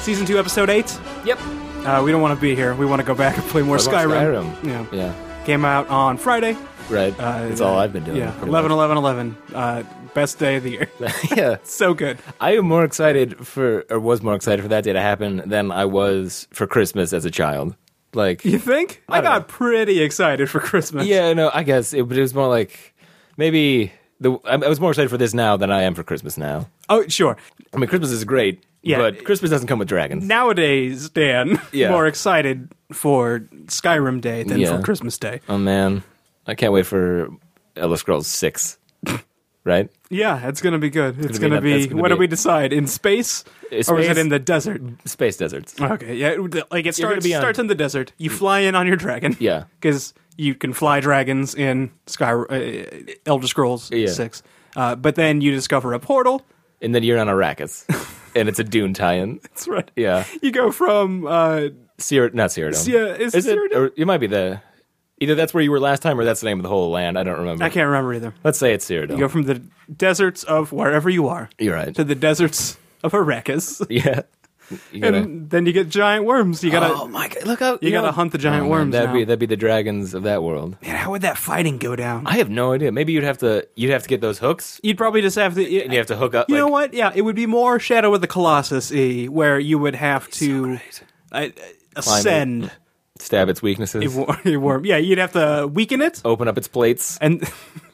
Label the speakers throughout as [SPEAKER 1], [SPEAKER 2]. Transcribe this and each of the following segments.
[SPEAKER 1] season two, episode eight.
[SPEAKER 2] Yep.
[SPEAKER 1] Uh, we don't want to be here. We want to go back and play more
[SPEAKER 3] What about
[SPEAKER 1] Skyrim.
[SPEAKER 3] Skyrim.
[SPEAKER 1] Yeah.
[SPEAKER 3] Yeah.
[SPEAKER 1] Came out on Friday.
[SPEAKER 3] Right.
[SPEAKER 1] Uh,
[SPEAKER 3] That's all I've been doing.
[SPEAKER 1] Yeah,
[SPEAKER 3] pretty
[SPEAKER 1] 11,
[SPEAKER 3] much.
[SPEAKER 1] 11, 11. Uh, best day of the year.
[SPEAKER 3] yeah.
[SPEAKER 1] so good.
[SPEAKER 3] I am more excited for, or was more excited for that day to happen than I was for Christmas as a child. Like,
[SPEAKER 1] You think? I,
[SPEAKER 3] I don't
[SPEAKER 1] got
[SPEAKER 3] know.
[SPEAKER 1] pretty excited for Christmas.
[SPEAKER 3] yeah, no, I guess it, but it was more like maybe the. I, I was more excited for this now than I am for Christmas now.
[SPEAKER 1] Oh, sure.
[SPEAKER 3] I mean, Christmas is great,
[SPEAKER 1] Yeah.
[SPEAKER 3] but Christmas doesn't come with dragons.
[SPEAKER 1] Nowadays, Dan,
[SPEAKER 3] Yeah.
[SPEAKER 1] more excited for Skyrim Day than
[SPEAKER 3] Yeah.
[SPEAKER 1] for Christmas Day.
[SPEAKER 3] Oh man, I can't wait for Elder Scrolls Six. right?
[SPEAKER 1] Yeah, it's gonna be good. It's
[SPEAKER 3] gonna
[SPEAKER 1] gonna
[SPEAKER 3] be-
[SPEAKER 1] be.
[SPEAKER 3] that's gonna
[SPEAKER 1] what
[SPEAKER 3] be-
[SPEAKER 1] do we decide? In space,
[SPEAKER 3] Is
[SPEAKER 1] or is it
[SPEAKER 3] space-
[SPEAKER 1] in the desert?
[SPEAKER 3] Space deserts.
[SPEAKER 1] Okay, yeah, it- like it
[SPEAKER 3] You're gonna
[SPEAKER 1] starts
[SPEAKER 3] be on- Mm.
[SPEAKER 1] starts in the desert. You fly in on your dragon.
[SPEAKER 3] Yeah.
[SPEAKER 1] because you can fly dragons in Sky uh, Elder Scrolls
[SPEAKER 3] Yeah.
[SPEAKER 1] Six. Uh, but then you discover a portal.
[SPEAKER 3] And then you're on Arrakis, and it's a Dune tie-in.
[SPEAKER 1] That's right.
[SPEAKER 3] Yeah.
[SPEAKER 1] you go from uh,
[SPEAKER 3] Cyr- not Cyrodiil.
[SPEAKER 1] Cy- is
[SPEAKER 3] it?
[SPEAKER 1] Cyrodiil-
[SPEAKER 3] Or it might be the. Either that's where you were last time, or that's the name of the whole land. I don't remember.
[SPEAKER 1] I can't remember either.
[SPEAKER 3] Let's say it's
[SPEAKER 1] You
[SPEAKER 3] Cyrodiil.
[SPEAKER 1] go from the deserts of wherever you are
[SPEAKER 3] You're right.
[SPEAKER 1] to the deserts of Arrakis,
[SPEAKER 3] yeah. You gotta,
[SPEAKER 1] and then you get giant worms. You gotta
[SPEAKER 3] oh my god! Look out!
[SPEAKER 1] you gotta hunt the giant worms
[SPEAKER 3] That'd be
[SPEAKER 1] now.
[SPEAKER 3] that'd be the dragons of that world.
[SPEAKER 1] Man, how would that fighting go down?
[SPEAKER 3] I have no idea. Maybe you'd have to you'd have to get those hooks,
[SPEAKER 1] You'd probably just have to.
[SPEAKER 3] and you have to hook up.
[SPEAKER 1] You
[SPEAKER 3] like,
[SPEAKER 1] know what? Yeah, it would be more Shadow of the Colossus y, where you would have to uh, ascend
[SPEAKER 3] Stab its weaknesses.
[SPEAKER 1] a wor- a worm. Yeah, you'd have to weaken it,
[SPEAKER 3] open up its plates,
[SPEAKER 1] and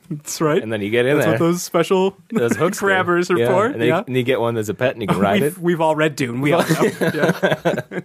[SPEAKER 1] that's right.
[SPEAKER 3] and then you get in
[SPEAKER 1] that's
[SPEAKER 3] there.
[SPEAKER 1] what those special
[SPEAKER 3] those hooks do.
[SPEAKER 1] grabbers are
[SPEAKER 3] yeah.
[SPEAKER 1] for.
[SPEAKER 3] And, then you-
[SPEAKER 1] yeah.
[SPEAKER 3] and you get one that's a pet, and you can ride it.
[SPEAKER 1] we've, we've all read Dune. We all know. Yeah.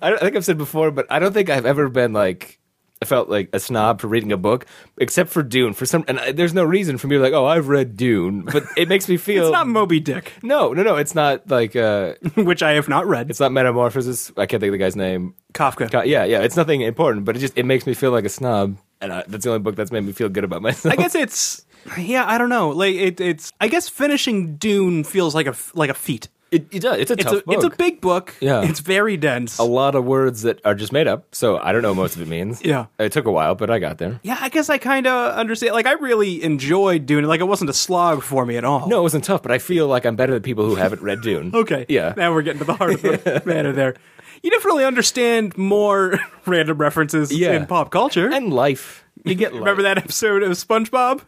[SPEAKER 3] I, don't, I think I've said before, but I don't think I've ever been like I felt like a snob for reading a book, except for Dune. For some, and I, there's no reason for me to be like, oh, I've read Dune, but it makes me feel
[SPEAKER 1] It's not Moby Dick,
[SPEAKER 3] no, no, no. It's not like uh,
[SPEAKER 1] which I have not read.
[SPEAKER 3] it's not Metamorphosis. I can't think of the guy's name.
[SPEAKER 1] Kafka.
[SPEAKER 3] God, yeah, yeah. It's nothing important, but it just it makes me feel like a snob, and I, that's the only book that's made me feel good about myself.
[SPEAKER 1] I guess it's yeah. I don't know. Like it, it's. I guess finishing Dune feels like a f- like a feat.
[SPEAKER 3] it, it does. It's a
[SPEAKER 1] It's
[SPEAKER 3] tough
[SPEAKER 1] a
[SPEAKER 3] book.
[SPEAKER 1] it's a big book.
[SPEAKER 3] Yeah.
[SPEAKER 1] it's very dense.
[SPEAKER 3] a lot of words that are just made up, so I don't know what most of it means.
[SPEAKER 1] Yeah.
[SPEAKER 3] it took a while, but I got there.
[SPEAKER 1] Yeah, I guess I kind of understand. Like, I really enjoyed doing it. Like, it wasn't a slog for me at all.
[SPEAKER 3] No, it wasn't tough, but I feel like I'm better than people who haven't read Dune.
[SPEAKER 1] Okay.
[SPEAKER 3] yeah.
[SPEAKER 1] Now we're getting to the heart of the matter there. You definitely understand more random references
[SPEAKER 3] Yeah.
[SPEAKER 1] in pop culture.
[SPEAKER 3] and life. Uh, You get
[SPEAKER 1] Remember that episode of SpongeBob?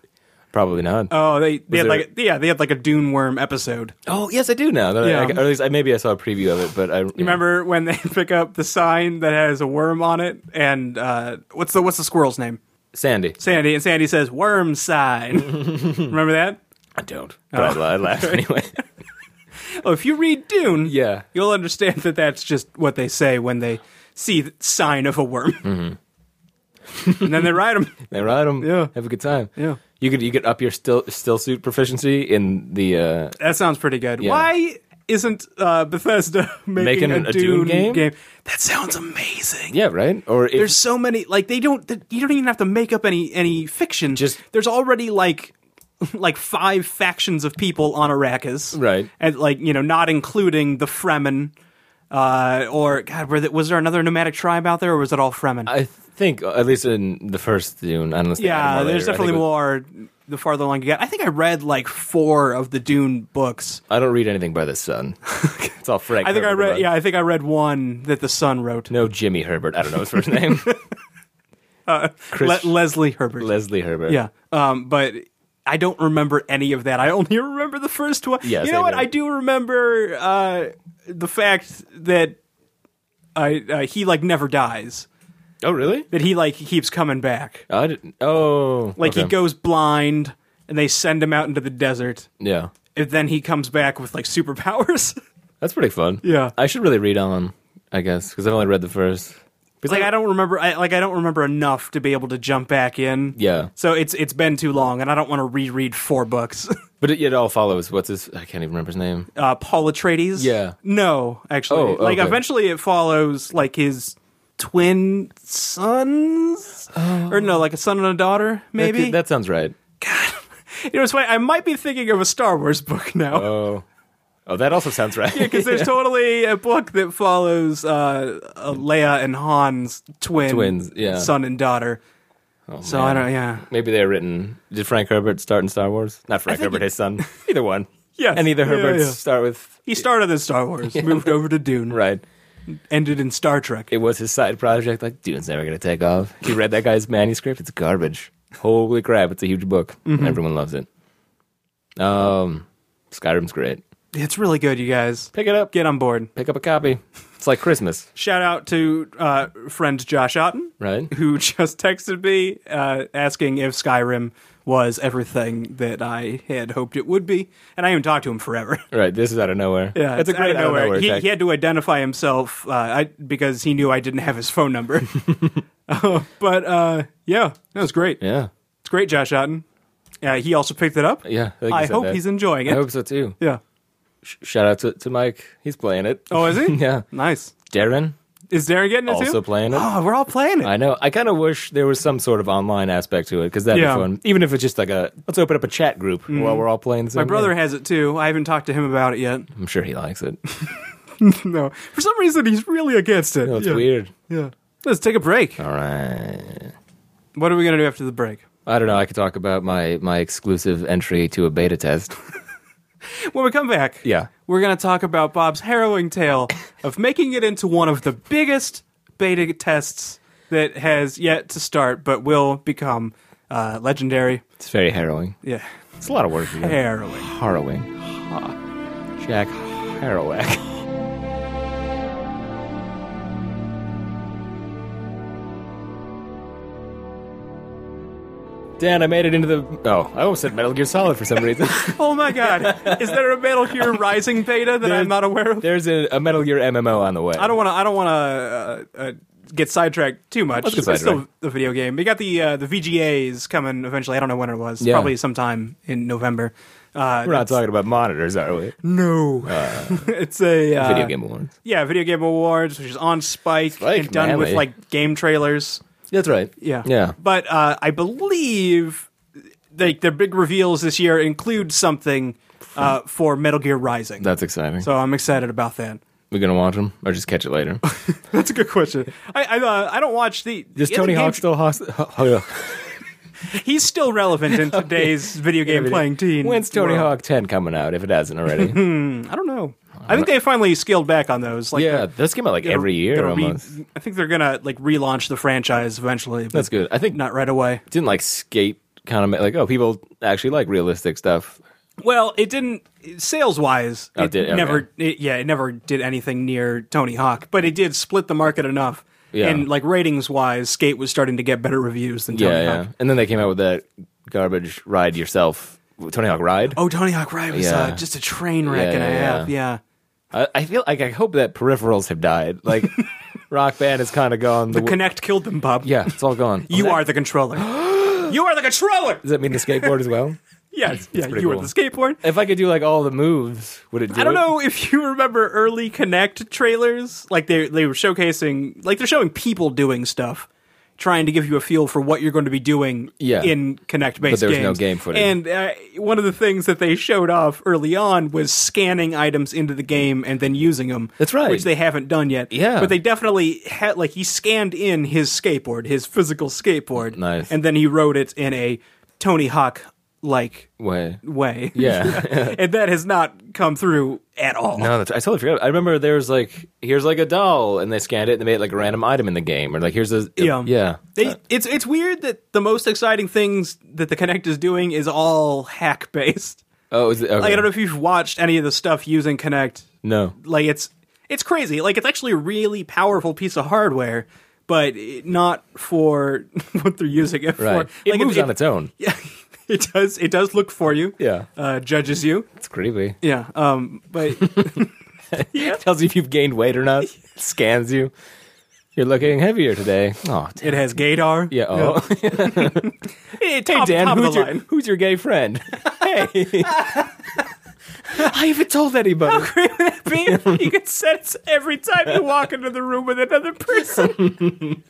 [SPEAKER 3] Probably not.
[SPEAKER 1] Oh, they, they had
[SPEAKER 3] there-
[SPEAKER 1] like yeah, they had like a Dune worm episode.
[SPEAKER 3] oh yes, I do now. that I-
[SPEAKER 1] Yeah.
[SPEAKER 3] I- or at least I, maybe I saw a preview of it, but I
[SPEAKER 1] Remember when they pick up the sign that has a worm on it and uh, what's the what's the squirrel's name?
[SPEAKER 3] Sandy.
[SPEAKER 1] Sandy and Sandy says worm sign. Remember that?
[SPEAKER 3] I don't. But I, la- I laugh anyway.
[SPEAKER 1] Oh, if you read Dune,
[SPEAKER 3] Yeah.
[SPEAKER 1] you'll understand that that's just what they say when they see the sign of a worm,
[SPEAKER 3] Mm-hmm.
[SPEAKER 1] and then they ride them.
[SPEAKER 3] they ride them.
[SPEAKER 1] Yeah.
[SPEAKER 3] Have a good time.
[SPEAKER 1] Yeah.
[SPEAKER 3] You could you could up your still still suit proficiency in the uh,
[SPEAKER 1] That sounds pretty good.
[SPEAKER 3] Yeah.
[SPEAKER 1] Why isn't uh, Bethesda making,
[SPEAKER 3] Making
[SPEAKER 1] a,
[SPEAKER 3] a
[SPEAKER 1] Dune
[SPEAKER 3] Dune game?
[SPEAKER 1] That sounds amazing.
[SPEAKER 3] yeah right or if,
[SPEAKER 1] There's so many like they don't th- you don't even have to make up any any fiction.
[SPEAKER 3] Just-
[SPEAKER 1] there's already like like five factions of people on Arrakis.
[SPEAKER 3] Right.
[SPEAKER 1] And like, you know, not including the Fremen uh, or god were there, was there another nomadic tribe out there or was it all Fremen?
[SPEAKER 3] I think uh, at least in the first Dune, unless they added
[SPEAKER 1] Yeah,
[SPEAKER 3] more
[SPEAKER 1] there's
[SPEAKER 3] later, I think
[SPEAKER 1] definitely
[SPEAKER 3] it was-
[SPEAKER 1] more the farther along you get. I think I read like four of the Dune books.
[SPEAKER 3] I don't read anything by the sun. it's all Frank.
[SPEAKER 1] I think I
[SPEAKER 3] Herbert
[SPEAKER 1] read
[SPEAKER 3] about-
[SPEAKER 1] yeah, I think I read one that the son wrote.
[SPEAKER 3] No, Jimmy Herbert. I don't know his first name.
[SPEAKER 1] Le-
[SPEAKER 3] Chris
[SPEAKER 1] Leslie Herbert.
[SPEAKER 3] Leslie Herbert.
[SPEAKER 1] Uh, yeah. Um but I don't remember any of that. I only remember the first one.
[SPEAKER 3] Yeah,
[SPEAKER 1] you
[SPEAKER 3] same
[SPEAKER 1] know what?
[SPEAKER 3] here.
[SPEAKER 1] I do remember uh, the fact that I uh, he like never dies.
[SPEAKER 3] Oh really?
[SPEAKER 1] That he like keeps coming back.
[SPEAKER 3] I didn't. Oh,
[SPEAKER 1] Like he
[SPEAKER 3] okay.
[SPEAKER 1] goes blind and they send him out into the desert.
[SPEAKER 3] Yeah.
[SPEAKER 1] And then he comes back with like superpowers.
[SPEAKER 3] That's pretty fun.
[SPEAKER 1] Yeah.
[SPEAKER 3] I should really read on, I guess, because I've only read the first. Because
[SPEAKER 1] like I don't remember I, like I don't remember enough to be able to jump back in.
[SPEAKER 3] Yeah.
[SPEAKER 1] So it's it's been too long and I don't want to reread four books.
[SPEAKER 3] But it, it all follows. What's his? I can't even remember his name.
[SPEAKER 1] uh Paul Atreides?
[SPEAKER 3] Yeah.
[SPEAKER 1] No, actually.
[SPEAKER 3] Oh,
[SPEAKER 1] Like
[SPEAKER 3] okay.
[SPEAKER 1] eventually it follows like his twin sons or no, like a son and a daughter maybe.
[SPEAKER 3] Uh, That, that sounds right.
[SPEAKER 1] you know, it's funny. I might be thinking of a Star Wars book now.
[SPEAKER 3] Oh, oh, that also sounds right.
[SPEAKER 1] because there's totally a book that follows uh, uh, Leia and Han's twin
[SPEAKER 3] Twins, yeah. Oh,
[SPEAKER 1] son and daughter. so I don't, yeah.
[SPEAKER 3] Maybe they're written. Did Frank Herbert start in Star Wars? Not Frank
[SPEAKER 1] think
[SPEAKER 3] Herbert,
[SPEAKER 1] it-
[SPEAKER 3] his son. Either one.
[SPEAKER 1] Yes.
[SPEAKER 3] Any of the
[SPEAKER 1] Yeah,
[SPEAKER 3] Herberts
[SPEAKER 1] yeah.
[SPEAKER 3] start with
[SPEAKER 1] He started in Star Wars, moved over to Dune,
[SPEAKER 3] right.
[SPEAKER 1] ended in Star Trek.
[SPEAKER 3] It was his side project. Like Dune's never gonna take off. He read that guy's manuscript. It's garbage. Holy crap! It's a huge book.
[SPEAKER 1] Mm-hmm.
[SPEAKER 3] Everyone loves it. Um, Skyrim's great.
[SPEAKER 1] It's really good, you guys.
[SPEAKER 3] Pick it up.
[SPEAKER 1] Get on board.
[SPEAKER 3] Pick up a copy. It's like Christmas,
[SPEAKER 1] Shout out to uh, friend Josh Otten,
[SPEAKER 3] right?
[SPEAKER 1] who just texted me uh, asking if Skyrim was everything that I had hoped it would be, and I haven't talked to him forever.
[SPEAKER 3] Right. This is out of nowhere.
[SPEAKER 1] Yeah,
[SPEAKER 3] it's, a great
[SPEAKER 1] out of nowhere. he,
[SPEAKER 3] text.
[SPEAKER 1] he had to identify himself uh, I, because he knew I didn't have his phone number. Uh, but uh, yeah, that was great.
[SPEAKER 3] yeah.
[SPEAKER 1] It's great, Josh Otten. Uh, he also picked it up.
[SPEAKER 3] Yeah. think you
[SPEAKER 1] I
[SPEAKER 3] said
[SPEAKER 1] hope
[SPEAKER 3] that.
[SPEAKER 1] he's enjoying it.
[SPEAKER 3] I hope so too.
[SPEAKER 1] yeah.
[SPEAKER 3] Sh- shout out to, to Mike. He's playing it.
[SPEAKER 1] Oh, is he?
[SPEAKER 3] yeah.
[SPEAKER 1] Nice.
[SPEAKER 3] Darren
[SPEAKER 1] Is Darren getting it too?
[SPEAKER 3] also playing it.
[SPEAKER 1] Oh, we're all playing it.
[SPEAKER 3] I know. I kind of wish there was some sort of online aspect to it because that'd
[SPEAKER 1] Yeah. Mm-hmm.
[SPEAKER 3] be fun. Even if it's just like a let's open up a chat group while we're all playing. The same
[SPEAKER 1] My brother
[SPEAKER 3] game.
[SPEAKER 1] has it too. I haven't talked to him about it yet.
[SPEAKER 3] I'm sure he likes it.
[SPEAKER 1] no. For some reason, he's really against it.
[SPEAKER 3] No, it's
[SPEAKER 1] yeah.
[SPEAKER 3] weird.
[SPEAKER 1] Yeah. Let's take a break.
[SPEAKER 3] All right.
[SPEAKER 1] What are we going to do after the break?
[SPEAKER 3] I don't know. I could talk about my my exclusive entry to a beta test.
[SPEAKER 1] When we come back,
[SPEAKER 3] Yeah.
[SPEAKER 1] we're going to talk about Bob's harrowing tale of making it into one of the biggest beta tests that has yet to start, but will become uh, legendary.
[SPEAKER 3] It's very harrowing.
[SPEAKER 1] Yeah,
[SPEAKER 3] It's a lot of work. to do.
[SPEAKER 1] harrowing.
[SPEAKER 3] Harrowing. Jack Harrowak. Dan, I made it into the. Oh, I almost said Metal Gear Solid for some reason.
[SPEAKER 1] Oh my God! Is there a Metal Gear Rising beta that I'm not aware of?
[SPEAKER 3] There's a, a Metal Gear MMO on the way.
[SPEAKER 1] I don't want to. I don't want to uh, uh, get sidetracked too much.
[SPEAKER 3] Let's get
[SPEAKER 1] It's still
[SPEAKER 3] sidetracked.
[SPEAKER 1] the video game. We got the uh, the VGAs coming eventually. I don't know when it was.
[SPEAKER 3] Yeah.
[SPEAKER 1] Probably sometime in November. Uh,
[SPEAKER 3] We're not talking about monitors, are we?
[SPEAKER 1] no, it's a uh,
[SPEAKER 3] Video game awards.
[SPEAKER 1] Yeah, Video Game Awards, which is on Spike,
[SPEAKER 3] Spike,
[SPEAKER 1] and done
[SPEAKER 3] man,
[SPEAKER 1] with
[SPEAKER 3] they-
[SPEAKER 1] like game trailers.
[SPEAKER 3] That's right.
[SPEAKER 1] Yeah,
[SPEAKER 3] Yeah.
[SPEAKER 1] But uh, I believe like their big reveals this year include something uh, for Metal Gear Rising.
[SPEAKER 3] That's exciting.
[SPEAKER 1] so I'm excited about that.
[SPEAKER 3] We're gonna watch them, or just catch it later.
[SPEAKER 1] That's a good question. I I, uh, I don't watch the.
[SPEAKER 3] Does
[SPEAKER 1] the
[SPEAKER 3] Tony
[SPEAKER 1] other
[SPEAKER 3] Hawk
[SPEAKER 1] game-
[SPEAKER 3] still host-
[SPEAKER 1] He's still relevant in today's video game playing teen.
[SPEAKER 3] When's Tony
[SPEAKER 1] world.
[SPEAKER 3] Hawk 10 coming out? If it hasn't already,
[SPEAKER 1] I don't know. I think they finally scaled back on those. Like
[SPEAKER 3] yeah, those came out like
[SPEAKER 1] they're-
[SPEAKER 3] every year
[SPEAKER 1] they're re-
[SPEAKER 3] almost.
[SPEAKER 1] I think they're gonna like relaunch the franchise eventually. But
[SPEAKER 3] That's good. I think
[SPEAKER 1] Not right away.
[SPEAKER 3] didn't like skate kind of ma- like oh people actually like realistic stuff.
[SPEAKER 1] Well, it didn't sales wise.
[SPEAKER 3] Oh,
[SPEAKER 1] it
[SPEAKER 3] did- okay.
[SPEAKER 1] never. It, yeah, it never did anything near Tony Hawk, but it did split the market enough.
[SPEAKER 3] Yeah.
[SPEAKER 1] And like ratings wise, Skate was starting to get better reviews than Tony
[SPEAKER 3] yeah,
[SPEAKER 1] Hawk.
[SPEAKER 3] yeah. And then they came out with that garbage ride yourself Tony Hawk ride.
[SPEAKER 1] Oh, Tony Hawk Ride was uh,
[SPEAKER 3] Yeah.
[SPEAKER 1] just a train wreck
[SPEAKER 3] Yeah,
[SPEAKER 1] and a
[SPEAKER 3] yeah,
[SPEAKER 1] half. Yeah.
[SPEAKER 3] I, I feel like I hope that peripherals have died. Like Rock Band is kind of gone. The,
[SPEAKER 1] Kinect
[SPEAKER 3] w-
[SPEAKER 1] Connect killed them, Bob.
[SPEAKER 3] yeah, it's all gone.
[SPEAKER 1] You are the controller. you are the controller.
[SPEAKER 3] Does that mean the skateboard as well?
[SPEAKER 1] Yes. Yeah. You
[SPEAKER 3] pretty
[SPEAKER 1] are
[SPEAKER 3] cool.
[SPEAKER 1] the skateboard.
[SPEAKER 3] If I could do like all the moves, would it? Do
[SPEAKER 1] I don't
[SPEAKER 3] it?
[SPEAKER 1] know if you remember early Connect trailers. Like they they were showcasing like they're showing people doing stuff, trying to give you a feel for what you're going to be doing
[SPEAKER 3] Yeah.
[SPEAKER 1] in Connect based
[SPEAKER 3] there was
[SPEAKER 1] games.
[SPEAKER 3] no game footage.
[SPEAKER 1] And uh, one of the things that they showed off early on was scanning items into the game and then using them.
[SPEAKER 3] That's right.
[SPEAKER 1] Which they haven't done yet.
[SPEAKER 3] Yeah.
[SPEAKER 1] But they definitely had like he scanned in his skateboard, his physical skateboard.
[SPEAKER 3] Nice.
[SPEAKER 1] And then he rode it in a Tony Hawk like
[SPEAKER 3] Way.
[SPEAKER 1] way.
[SPEAKER 3] Yeah.
[SPEAKER 1] and that has not come through at all.
[SPEAKER 3] No, that's, I totally forgot. I remember there was like, here's like a doll, and they scanned it and they made like a random item in the game, or like here's a
[SPEAKER 1] Yeah.
[SPEAKER 3] yeah.
[SPEAKER 1] They, it's it's weird that the most exciting things that the Kinect is doing is all hack based.
[SPEAKER 3] Oh, is it, okay.
[SPEAKER 1] Like I don't know if you've watched any of the stuff using Kinect.
[SPEAKER 3] No,
[SPEAKER 1] Like it's it's crazy. Like it's actually a really powerful piece of hardware, but it, not for what they're using it for.
[SPEAKER 3] right.
[SPEAKER 1] Like
[SPEAKER 3] it moves on its own.
[SPEAKER 1] Yeah, it does. It does look for you.
[SPEAKER 3] Yeah.
[SPEAKER 1] uh, judges you.
[SPEAKER 3] It's creepy.
[SPEAKER 1] Yeah. Um, but yeah,
[SPEAKER 3] tells you if you've gained weight or not. scans you. You're looking heavier today. Oh, damn.
[SPEAKER 1] it has gaydar.
[SPEAKER 3] yeah. Oh,
[SPEAKER 1] Hey,
[SPEAKER 3] hey
[SPEAKER 1] top,
[SPEAKER 3] Dan,
[SPEAKER 1] top of
[SPEAKER 3] who's
[SPEAKER 1] the
[SPEAKER 3] your
[SPEAKER 1] line.
[SPEAKER 3] who's your gay friend? hey, I haven't told anybody.
[SPEAKER 1] Oh, beam. You can sense every time you walk into the room with another person.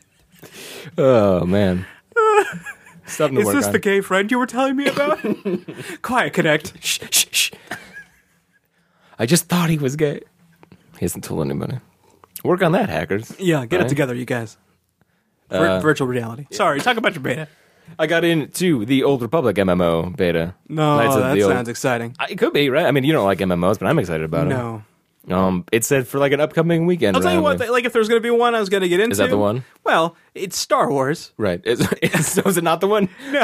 [SPEAKER 3] Oh man, something to
[SPEAKER 1] Is
[SPEAKER 3] work
[SPEAKER 1] this
[SPEAKER 3] on.
[SPEAKER 1] the gay friend you were telling me about? Quiet Connect.
[SPEAKER 3] shh, shh, shh. I just thought he was gay. He hasn't told anybody. Work on that, hackers.
[SPEAKER 1] Yeah, get
[SPEAKER 3] Right? Uh,
[SPEAKER 1] it together, you guys. Vir- virtual reality. Sorry, talk about your beta.
[SPEAKER 3] I got into the Old Republic MMO beta.
[SPEAKER 1] No,
[SPEAKER 3] Knights of
[SPEAKER 1] that
[SPEAKER 3] the Old-
[SPEAKER 1] sounds exciting.
[SPEAKER 3] I- It could be right. I mean, you don't like MMOs, but I'm excited about
[SPEAKER 1] No.
[SPEAKER 3] it. Um, it said for like an upcoming weekend.
[SPEAKER 1] I'll tell you
[SPEAKER 3] round,
[SPEAKER 1] what,
[SPEAKER 3] like-
[SPEAKER 1] like if there was going to be one I was going to get into.
[SPEAKER 3] that the one?
[SPEAKER 1] Well, it's Star Wars.
[SPEAKER 3] right? Is, is, so is it not the one? No.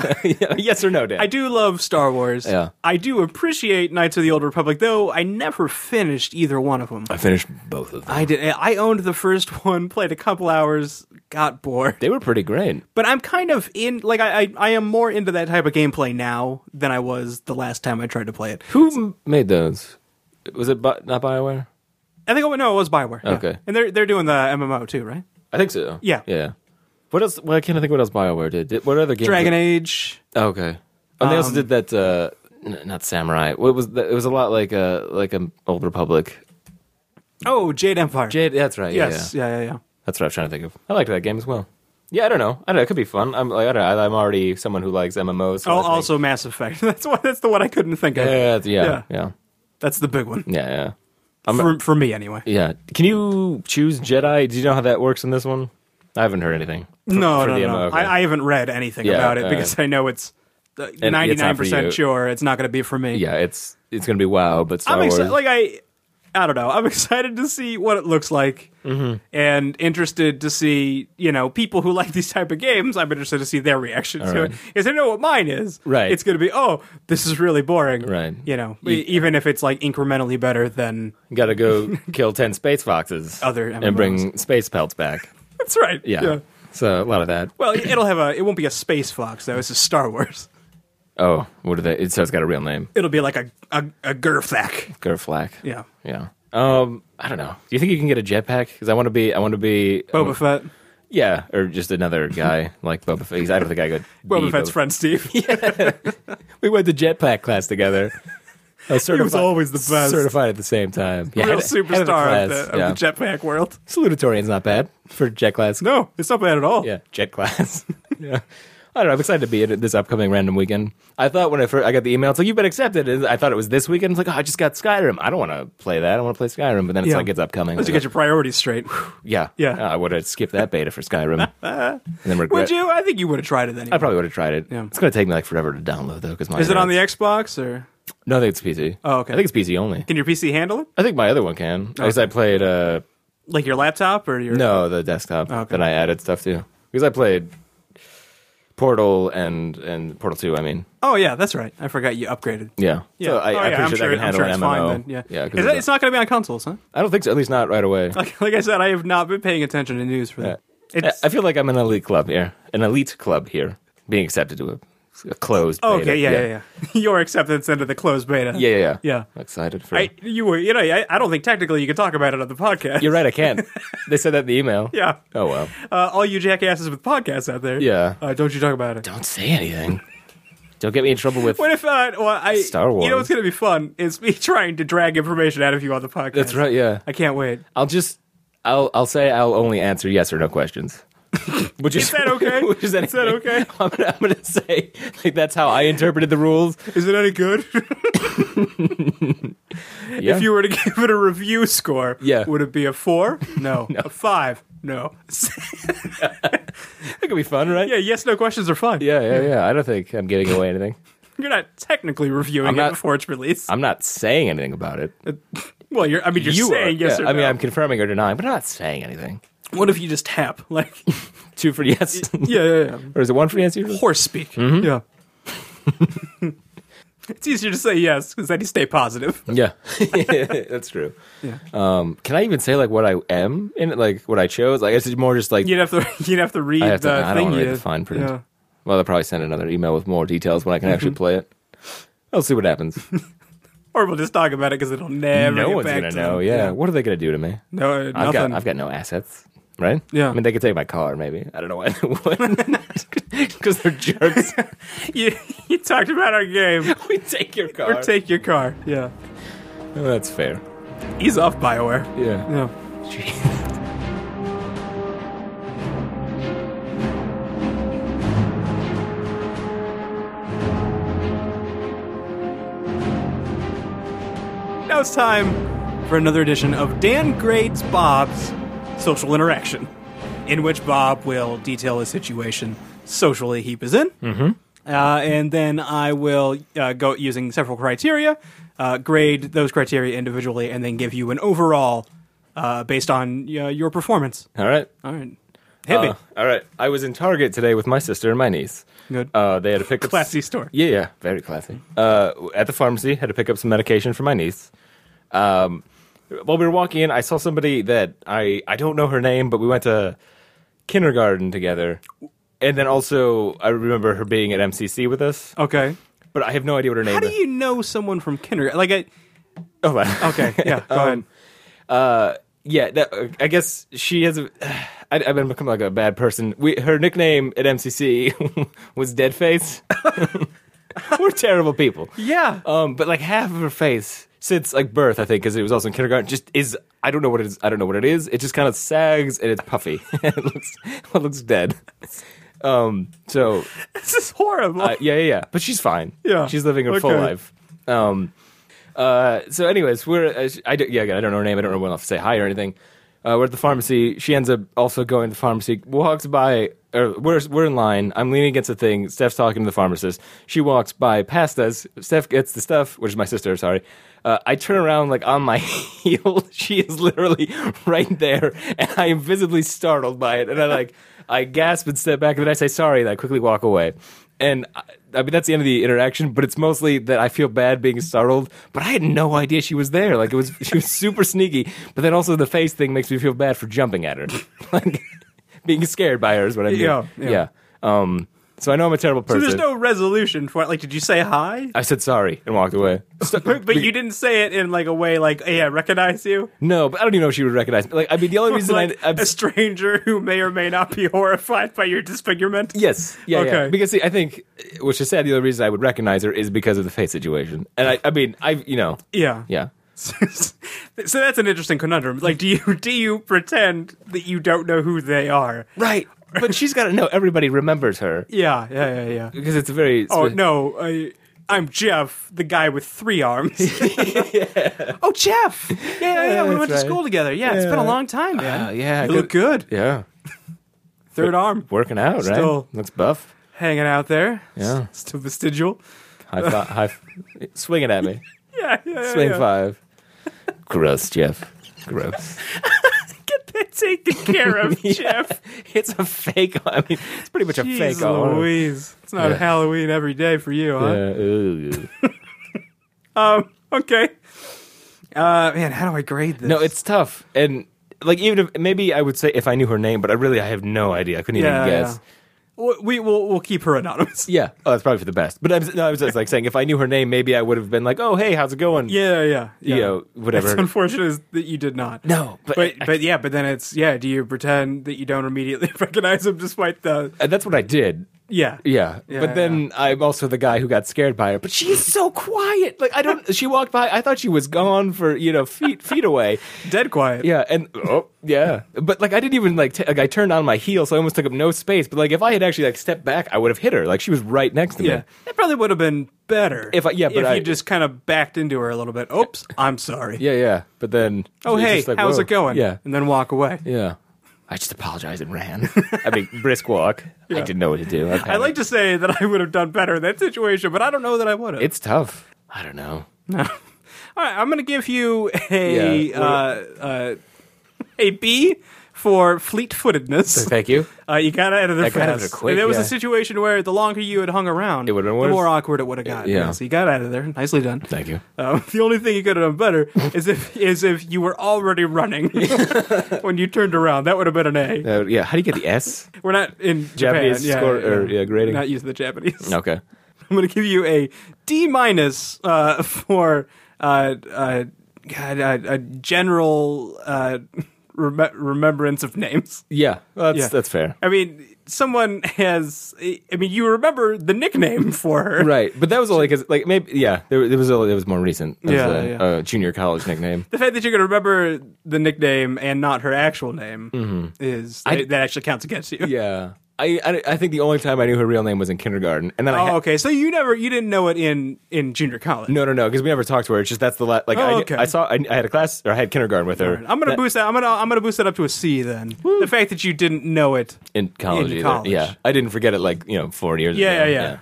[SPEAKER 3] yes or no, Dan?
[SPEAKER 1] I do love Star Wars.
[SPEAKER 3] Yeah.
[SPEAKER 1] I do appreciate Knights of the Old Republic, though I never finished either one of them.
[SPEAKER 3] I finished both of them.
[SPEAKER 1] I did. I owned the first one, played a couple hours, got bored.
[SPEAKER 3] they were pretty great.
[SPEAKER 1] But I'm kind of in, like, I, I, I am more into that type of gameplay now than I was the last time I tried to play it.
[SPEAKER 3] Who m- made those? Was it Bi- not Bioware?
[SPEAKER 1] I think, it, wa- no, it was Bioware. yeah.
[SPEAKER 3] Okay.
[SPEAKER 1] And they're, they're doing the MMO too, right?
[SPEAKER 3] I think so.
[SPEAKER 1] Yeah.
[SPEAKER 3] Yeah. What else? Well, I can't think what else Bioware did. did what other game?
[SPEAKER 1] Dragon Age. Um,
[SPEAKER 3] Oh, okay. And they also did that. Uh, n- not Samurai. What was? The, it was a lot like a like an Old Republic.
[SPEAKER 1] Oh, Jade Empire.
[SPEAKER 3] Jade. That's right. yeah,
[SPEAKER 1] yes.
[SPEAKER 3] Yeah.
[SPEAKER 1] Yeah, yeah, yeah.
[SPEAKER 3] That's what I was trying to think of. I liked that game as well. Yeah, I don't know. I don't know. It could be fun. I'm like, I don't know. I'm already someone who likes MMOs. so
[SPEAKER 1] Oh,
[SPEAKER 3] I think-
[SPEAKER 1] also Mass Effect. That's what. That's the one I couldn't think of.
[SPEAKER 3] Uh, Yeah, yeah, yeah,
[SPEAKER 1] Yeah.
[SPEAKER 3] yeah,
[SPEAKER 1] That's the big one
[SPEAKER 3] yeah, yeah.
[SPEAKER 1] for, for me anyway.
[SPEAKER 3] Yeah. Can you choose Jedi? Do you know how that works in this one? I haven't heard anything. For-
[SPEAKER 1] no,
[SPEAKER 3] for
[SPEAKER 1] no,
[SPEAKER 3] the
[SPEAKER 1] no.
[SPEAKER 3] MMO, okay.
[SPEAKER 1] I, I haven't read anything
[SPEAKER 3] Yeah,
[SPEAKER 1] about it
[SPEAKER 3] all
[SPEAKER 1] because I know it's
[SPEAKER 3] it's not for
[SPEAKER 1] ninety nine
[SPEAKER 3] you.
[SPEAKER 1] percent sure it's not going to be for me.
[SPEAKER 3] yeah, it's it's gonna be wow, but Star
[SPEAKER 1] I'm
[SPEAKER 3] Wars.
[SPEAKER 1] excited. Like I, I don't know. I'm excited to see what it looks like,
[SPEAKER 3] Mm-hmm.
[SPEAKER 1] and interested to see you know people who like these type of games. I'm interested to see their reaction to
[SPEAKER 3] right.
[SPEAKER 1] it. Because I know what mine is.
[SPEAKER 3] Right.
[SPEAKER 1] It's going to be oh, this is really boring.
[SPEAKER 3] Right.
[SPEAKER 1] You know, e- even if it's like incrementally better than
[SPEAKER 3] You gotta go kill ten space foxes,
[SPEAKER 1] Other
[SPEAKER 3] and bring space pelts back.
[SPEAKER 1] that's right.
[SPEAKER 3] Yeah. So a lot of that.
[SPEAKER 1] Well, it- it'll have a. It won't be a space fox though. It's a Star Wars.
[SPEAKER 3] Oh, what do they? It, so it's got a real name,
[SPEAKER 1] It'll be like a a, a Gerflak.
[SPEAKER 3] Gerflack.
[SPEAKER 1] Yeah.
[SPEAKER 3] Yeah. Um, I don't know. Do you think you can get a jetpack? Because I want to be, I want to be I
[SPEAKER 1] Boba
[SPEAKER 3] wanna-
[SPEAKER 1] Fett.
[SPEAKER 3] Yeah, or just another guy like Boba Fett. 'Cause I don't think I could.
[SPEAKER 1] Boba
[SPEAKER 3] be
[SPEAKER 1] Fett's
[SPEAKER 3] Boba-
[SPEAKER 1] friend Steve.
[SPEAKER 3] We went to jetpack class together. I was certified,
[SPEAKER 1] always the best.
[SPEAKER 3] Certified at the same time.
[SPEAKER 1] Real
[SPEAKER 3] Yeah, head- head of the
[SPEAKER 1] superstar of
[SPEAKER 3] class,
[SPEAKER 1] the, of
[SPEAKER 3] yeah.
[SPEAKER 1] the jetpack world.
[SPEAKER 3] Salutatorian's not bad for jet class.
[SPEAKER 1] No, it's not bad at all.
[SPEAKER 3] Yeah, jet class. yeah. I don't know. I'm excited to be in it this upcoming random weekend. I thought when I first I got the email, it's like you've been accepted. And I thought it was this weekend. It's like oh, I just got Skyrim. I don't want to play that. I want to play Skyrim. But then it's
[SPEAKER 1] Yeah.
[SPEAKER 3] like it's upcoming.
[SPEAKER 1] Unless you get your priorities straight.
[SPEAKER 3] yeah,
[SPEAKER 1] Yeah.
[SPEAKER 3] Uh, I would have skipped that beta for Skyrim. and then regret.
[SPEAKER 1] uh, would you? I think you would have tried it anyway.
[SPEAKER 3] I probably would have tried it.
[SPEAKER 1] Yeah.
[SPEAKER 3] It's gonna take me like forever to download though. Because my
[SPEAKER 1] Is it on the
[SPEAKER 3] internet's-
[SPEAKER 1] Xbox or
[SPEAKER 3] No, I think it's PC.
[SPEAKER 1] Oh, okay.
[SPEAKER 3] I think it's PC only.
[SPEAKER 1] can your PC handle it?
[SPEAKER 3] I think my other one can. I guess I played uh
[SPEAKER 1] Like your laptop or your?
[SPEAKER 3] no the desktop
[SPEAKER 1] Oh, Okay.
[SPEAKER 3] that I added stuff to because I played Portal and and Portal Two. I mean,
[SPEAKER 1] Oh yeah, that's right. I forgot you upgraded.
[SPEAKER 3] yeah. So I,
[SPEAKER 1] oh,
[SPEAKER 3] I
[SPEAKER 1] yeah,
[SPEAKER 3] appreciate
[SPEAKER 1] I'm sure,
[SPEAKER 3] I can
[SPEAKER 1] I'm
[SPEAKER 3] handle
[SPEAKER 1] sure
[SPEAKER 3] an
[SPEAKER 1] it's
[SPEAKER 3] MMO.
[SPEAKER 1] fine then. Yeah,
[SPEAKER 3] yeah.
[SPEAKER 1] Is Uh,
[SPEAKER 3] 'cause it's-
[SPEAKER 1] that, it's not going to be on consoles, huh?
[SPEAKER 3] I don't think so. At least not right away.
[SPEAKER 1] Like, like I said, I have not been paying attention to news for that.
[SPEAKER 3] I I feel like I'm an elite club here, an elite club here, being accepted to a, a closed.
[SPEAKER 1] Oh,
[SPEAKER 3] beta.
[SPEAKER 1] okay, yeah, yeah, yeah. Your acceptance into the closed beta.
[SPEAKER 3] yeah, yeah, yeah.
[SPEAKER 1] Yeah.
[SPEAKER 3] I'm excited for.
[SPEAKER 1] I, you were, you know, I, I don't think technically you could talk about it on the podcast.
[SPEAKER 3] You're right. I can't. they said that in the email.
[SPEAKER 1] Yeah.
[SPEAKER 3] Oh well.
[SPEAKER 1] Uh, all you jackasses with podcasts out there.
[SPEAKER 3] Yeah.
[SPEAKER 1] Uh, don't you talk about it.
[SPEAKER 3] Don't say anything. don't get me in trouble with.
[SPEAKER 1] What if, uh, well, I,
[SPEAKER 3] Star
[SPEAKER 1] You
[SPEAKER 3] Wars.
[SPEAKER 1] know what's going to be fun is me trying to drag information out of you on the podcast.
[SPEAKER 3] That's right. Yeah.
[SPEAKER 1] I can't wait.
[SPEAKER 3] I'll just I'll I'll say I'll only answer yes or no questions. Which is,
[SPEAKER 1] that okay?
[SPEAKER 3] Which
[SPEAKER 1] Is
[SPEAKER 3] is,
[SPEAKER 1] that
[SPEAKER 3] anything.
[SPEAKER 1] okay?
[SPEAKER 3] I'm gonna, I'm gonna say like that's how I interpreted the rules.
[SPEAKER 1] Is it any good?
[SPEAKER 3] Yeah.
[SPEAKER 1] if you were to give it a review score,
[SPEAKER 3] Yeah.
[SPEAKER 1] would it be a four? No. A five? No.
[SPEAKER 3] that could be fun, right?
[SPEAKER 1] yeah, yes, no questions are fun.
[SPEAKER 3] yeah, yeah, yeah. I don't think I'm giving away anything.
[SPEAKER 1] You're not technically reviewing
[SPEAKER 3] I'm not-
[SPEAKER 1] it before it's released.
[SPEAKER 3] I'm not saying anything about it.
[SPEAKER 1] well, you're, I mean, you're
[SPEAKER 3] you
[SPEAKER 1] saying
[SPEAKER 3] are.
[SPEAKER 1] yes
[SPEAKER 3] yeah,
[SPEAKER 1] or
[SPEAKER 3] I mean,
[SPEAKER 1] no.
[SPEAKER 3] I'm confirming or denying, but I'm not saying anything.
[SPEAKER 1] what if you just tap? Like,
[SPEAKER 3] Two for yes,
[SPEAKER 1] yeah, yeah, yeah.
[SPEAKER 3] or is it one for yes? usually?
[SPEAKER 1] horse speak.
[SPEAKER 3] Mm-hmm.
[SPEAKER 1] Yeah. it's easier to say yes because then you stay positive.
[SPEAKER 3] Yeah, that's true.
[SPEAKER 1] Yeah.
[SPEAKER 3] Um, can I even say like what I am in it, like what I chose? Like it's more just like
[SPEAKER 1] You'd have to you'd have to read
[SPEAKER 3] I have to,
[SPEAKER 1] the
[SPEAKER 3] I
[SPEAKER 1] thing
[SPEAKER 3] don't
[SPEAKER 1] you
[SPEAKER 3] read the
[SPEAKER 1] did.
[SPEAKER 3] fine print.
[SPEAKER 1] Yeah.
[SPEAKER 3] Well, they'll probably send another email with more details when I can actually play it. I'll see what happens.
[SPEAKER 1] Or we'll just talk about it because it'll never
[SPEAKER 3] no
[SPEAKER 1] get
[SPEAKER 3] one's
[SPEAKER 1] back
[SPEAKER 3] gonna
[SPEAKER 1] to
[SPEAKER 3] know.
[SPEAKER 1] them.
[SPEAKER 3] Yeah. what are they gonna do to me?
[SPEAKER 1] No,
[SPEAKER 3] I've
[SPEAKER 1] nothing.
[SPEAKER 3] got I've got no assets, right?
[SPEAKER 1] Yeah.
[SPEAKER 3] I mean, they could take my car, maybe. I don't know why they would, because they're jerks.
[SPEAKER 1] you, you talked about our game.
[SPEAKER 3] we take your car.
[SPEAKER 1] Or take your car. Yeah.
[SPEAKER 3] Oh, that's fair.
[SPEAKER 1] He's off Bioware.
[SPEAKER 3] Yeah.
[SPEAKER 1] Yeah. Now it's time for another edition of Dan Grades Bob's Social Interaction, in which Bob will detail a situation socially he was in. Mm-hmm. Uh, and then I will uh, go using several criteria, uh, grade those criteria individually, and then give you an overall uh, based on uh, your performance.
[SPEAKER 3] All right.
[SPEAKER 1] All right. Hit me.
[SPEAKER 3] Uh, all right. I was in Target today with my sister and my niece.
[SPEAKER 1] Good.
[SPEAKER 3] Uh, they had to pick up
[SPEAKER 1] Classy store.
[SPEAKER 3] Yeah, yeah, very classy. Uh, at the pharmacy, had to pick up some medication for my niece. Um, while we were walking in, I saw somebody that I I don't know her name, but we went to kindergarten together, and then also I remember her being at MCC with us,
[SPEAKER 1] Okay.
[SPEAKER 3] but I have no idea what her name
[SPEAKER 1] How do
[SPEAKER 3] is.
[SPEAKER 1] you know someone from kindergarten? Like, I,
[SPEAKER 3] Oh, wow.
[SPEAKER 1] okay, yeah,
[SPEAKER 3] Um,
[SPEAKER 1] go ahead.
[SPEAKER 3] uh, yeah, that, uh, I guess she has. A, I, I've been becoming like a bad person. We, her nickname at MCC was Deadface. We're terrible people.
[SPEAKER 1] Yeah.
[SPEAKER 3] Um, but like half of her face since like birth, I think, because it was also in kindergarten, just is. I don't know what it is. I don't know what it is. It just kind of sags and it's puffy. it looks, it looks dead. Um, so
[SPEAKER 1] This is horrible.
[SPEAKER 3] uh, yeah, yeah, yeah. But she's fine.
[SPEAKER 1] Yeah.
[SPEAKER 3] she's living her full
[SPEAKER 1] Okay.
[SPEAKER 3] life. Um, uh, so, anyways, we're uh, sh- I do, yeah, again, I don't know her name. I don't know when I'll have to say hi or anything. Uh, we're at the pharmacy. She ends up also going to the pharmacy. Walks by, or we're we're in line. I'm leaning against a thing. Steph's talking to the pharmacist. She walks by past us. Steph gets the stuff, which is my sister. Sorry. Uh, I turn around like on my heel. She is literally right there, and I am visibly startled by it. And I like I gasp and step back, and then I say sorry, and I quickly walk away and I, I mean that's the end of the interaction. But it's mostly that I feel bad being startled. But I had no idea she was there. Like it was she was super sneaky. But then also the face thing makes me feel bad for jumping at her, like being scared by her is what I mean.
[SPEAKER 1] Yeah, yeah.
[SPEAKER 3] Um. So I know I'm a terrible
[SPEAKER 1] So
[SPEAKER 3] person.
[SPEAKER 1] there's no resolution for it. Like, did you say hi?
[SPEAKER 3] I said sorry and walked away.
[SPEAKER 1] But, but you didn't say it in like a way like, "Hey, I recognize you."
[SPEAKER 3] No, but I don't even know if she would recognize me. Like I mean the only reason
[SPEAKER 1] like
[SPEAKER 3] I. I'm,
[SPEAKER 1] a stranger who may or may not be horrified by your disfigurement.
[SPEAKER 3] Yes. Yeah. yeah.
[SPEAKER 1] Okay.
[SPEAKER 3] Because see, I think, which is sad, the only reason I would recognize her is because of the face situation. And I, I mean, I, you know,
[SPEAKER 1] Yeah.
[SPEAKER 3] yeah.
[SPEAKER 1] so that's an interesting conundrum. Like, do you do you pretend that you don't know who they are?
[SPEAKER 3] Right. But she's got to know everybody remembers her.
[SPEAKER 1] Yeah, yeah, yeah, yeah.
[SPEAKER 3] because it's a very
[SPEAKER 1] Oh no, I, I'm Jeff, the guy with three arms. Oh, Jeff. Yeah, yeah, yeah. We
[SPEAKER 3] that's
[SPEAKER 1] went
[SPEAKER 3] right.
[SPEAKER 1] to school together. Yeah, it's been
[SPEAKER 3] Yeah.
[SPEAKER 1] a long time, man.
[SPEAKER 3] Uh, yeah,
[SPEAKER 1] you
[SPEAKER 3] good-
[SPEAKER 1] look good.
[SPEAKER 3] yeah
[SPEAKER 1] Third arm,
[SPEAKER 3] working out right
[SPEAKER 1] Still.
[SPEAKER 3] that's buff
[SPEAKER 1] hanging out there.
[SPEAKER 3] Yeah.
[SPEAKER 1] S- still vestigial.
[SPEAKER 3] high five high f- swing it at me
[SPEAKER 1] Yeah, yeah, yeah.
[SPEAKER 3] swing
[SPEAKER 1] yeah.
[SPEAKER 3] five gross Jeff gross
[SPEAKER 1] Get that taken care of, Jeff.
[SPEAKER 3] it's a fake I mean it's pretty much a
[SPEAKER 1] Jeez
[SPEAKER 3] fake on
[SPEAKER 1] Louise. It's not
[SPEAKER 3] Yeah.
[SPEAKER 1] Halloween every day for you, huh? Um, Okay. Uh, man, how do I grade this?
[SPEAKER 3] no it's tough and like even if maybe I would say if I knew her name but I really I have no idea I couldn't
[SPEAKER 1] yeah,
[SPEAKER 3] even guess
[SPEAKER 1] yeah. We- We will we'll keep her anonymous.
[SPEAKER 3] yeah oh that's probably for the best but I was, no, I was just like saying if I knew her name maybe I would have been like oh hey how's it going
[SPEAKER 1] Yeah, yeah, yeah.
[SPEAKER 3] You know, whatever.
[SPEAKER 1] It's unfortunate is that you did not.
[SPEAKER 3] No, but-
[SPEAKER 1] but, but yeah, but then it's yeah. Do you pretend that you don't immediately recognize him despite the
[SPEAKER 3] and that's what I did
[SPEAKER 1] yeah
[SPEAKER 3] Yeah.
[SPEAKER 1] Yeah,
[SPEAKER 3] but then I'm also the guy who got scared by her. But she is so quiet. Like I don't she walked by, I thought she was gone for, you know, feet feet away.
[SPEAKER 1] dead quiet?
[SPEAKER 3] Yeah, and oh, yeah. But like I didn't even like t- like I turned on my heel, so I almost took up no space. But like if I had actually like stepped back, I would have hit her. Like she was right next to
[SPEAKER 1] yeah.
[SPEAKER 3] me.
[SPEAKER 1] That probably would have been better
[SPEAKER 3] If I- yeah, but
[SPEAKER 1] if
[SPEAKER 3] I-
[SPEAKER 1] you just kind of backed into her a little bit. Oops, I'm sorry.
[SPEAKER 3] Yeah, yeah. But then
[SPEAKER 1] Oh
[SPEAKER 3] it's
[SPEAKER 1] hey,
[SPEAKER 3] just like,
[SPEAKER 1] how's
[SPEAKER 3] whoa.
[SPEAKER 1] it going?
[SPEAKER 3] Yeah.
[SPEAKER 1] and then walk away.
[SPEAKER 3] Yeah. I just apologized and ran. I mean, brisk walk. I didn't know what to do.
[SPEAKER 1] I like to say that I would have done better in that situation, but I don't know that I would have.
[SPEAKER 3] It's tough. I don't know.
[SPEAKER 1] No. All right, I'm going to give you a
[SPEAKER 3] Yeah,
[SPEAKER 1] uh, uh, a B for fleet-footedness.
[SPEAKER 3] Thank you.
[SPEAKER 1] Uh, you got out of there
[SPEAKER 3] I got out of
[SPEAKER 1] fast.
[SPEAKER 3] there quick,
[SPEAKER 1] and it was
[SPEAKER 3] yeah.
[SPEAKER 1] a situation where the longer you had hung around,
[SPEAKER 3] It would've been
[SPEAKER 1] the
[SPEAKER 3] worse.
[SPEAKER 1] more awkward it would have gotten.
[SPEAKER 3] Yeah.
[SPEAKER 1] So you got out of there. Nicely done.
[SPEAKER 3] Thank you.
[SPEAKER 1] Um, the only thing you could have done better is if is if you were already running when you turned around. That would have been an A.
[SPEAKER 3] Uh, yeah, how do you get the S?
[SPEAKER 1] We're not in
[SPEAKER 3] Japanese
[SPEAKER 1] Japan. Yeah,
[SPEAKER 3] score-
[SPEAKER 1] yeah,
[SPEAKER 3] or, yeah, grading.
[SPEAKER 1] Not using the Japanese. I'm
[SPEAKER 3] Okay.
[SPEAKER 1] going to give you a D minus uh, for uh, uh, God, a, a general uh, rem- remembrance of names.
[SPEAKER 3] Yeah, well, that's
[SPEAKER 1] Yeah.
[SPEAKER 3] that's fair.
[SPEAKER 1] I mean, someone has. I mean, you remember the nickname for her,
[SPEAKER 3] Right, but that was only because, like, maybe, yeah, there, there was a, it was more recent. That
[SPEAKER 1] Yeah,
[SPEAKER 3] was a,
[SPEAKER 1] yeah.
[SPEAKER 3] a junior college nickname.
[SPEAKER 1] The fact that you're going to remember the nickname and not her actual name is that, that actually counts against you.
[SPEAKER 3] Mm-hmm. yeah, I, I I think the only time I knew her real name was in kindergarten, and then I
[SPEAKER 1] Oh,
[SPEAKER 3] ha-
[SPEAKER 1] okay. So you never you didn't know it in in junior college.
[SPEAKER 3] no no no because we never talked to her. It's just that's the la- like I,
[SPEAKER 1] Oh, okay.
[SPEAKER 3] I saw I, I had a class or I had kindergarten with her.
[SPEAKER 1] I'm gonna
[SPEAKER 3] That-
[SPEAKER 1] boost that. I'm gonna I'm gonna boost that up to a C then. The fact that you didn't know it.
[SPEAKER 3] in college.
[SPEAKER 1] in
[SPEAKER 3] either.
[SPEAKER 1] college.
[SPEAKER 3] Yeah, I didn't forget it like you know four years
[SPEAKER 1] Yeah,
[SPEAKER 3] ago.
[SPEAKER 1] yeah,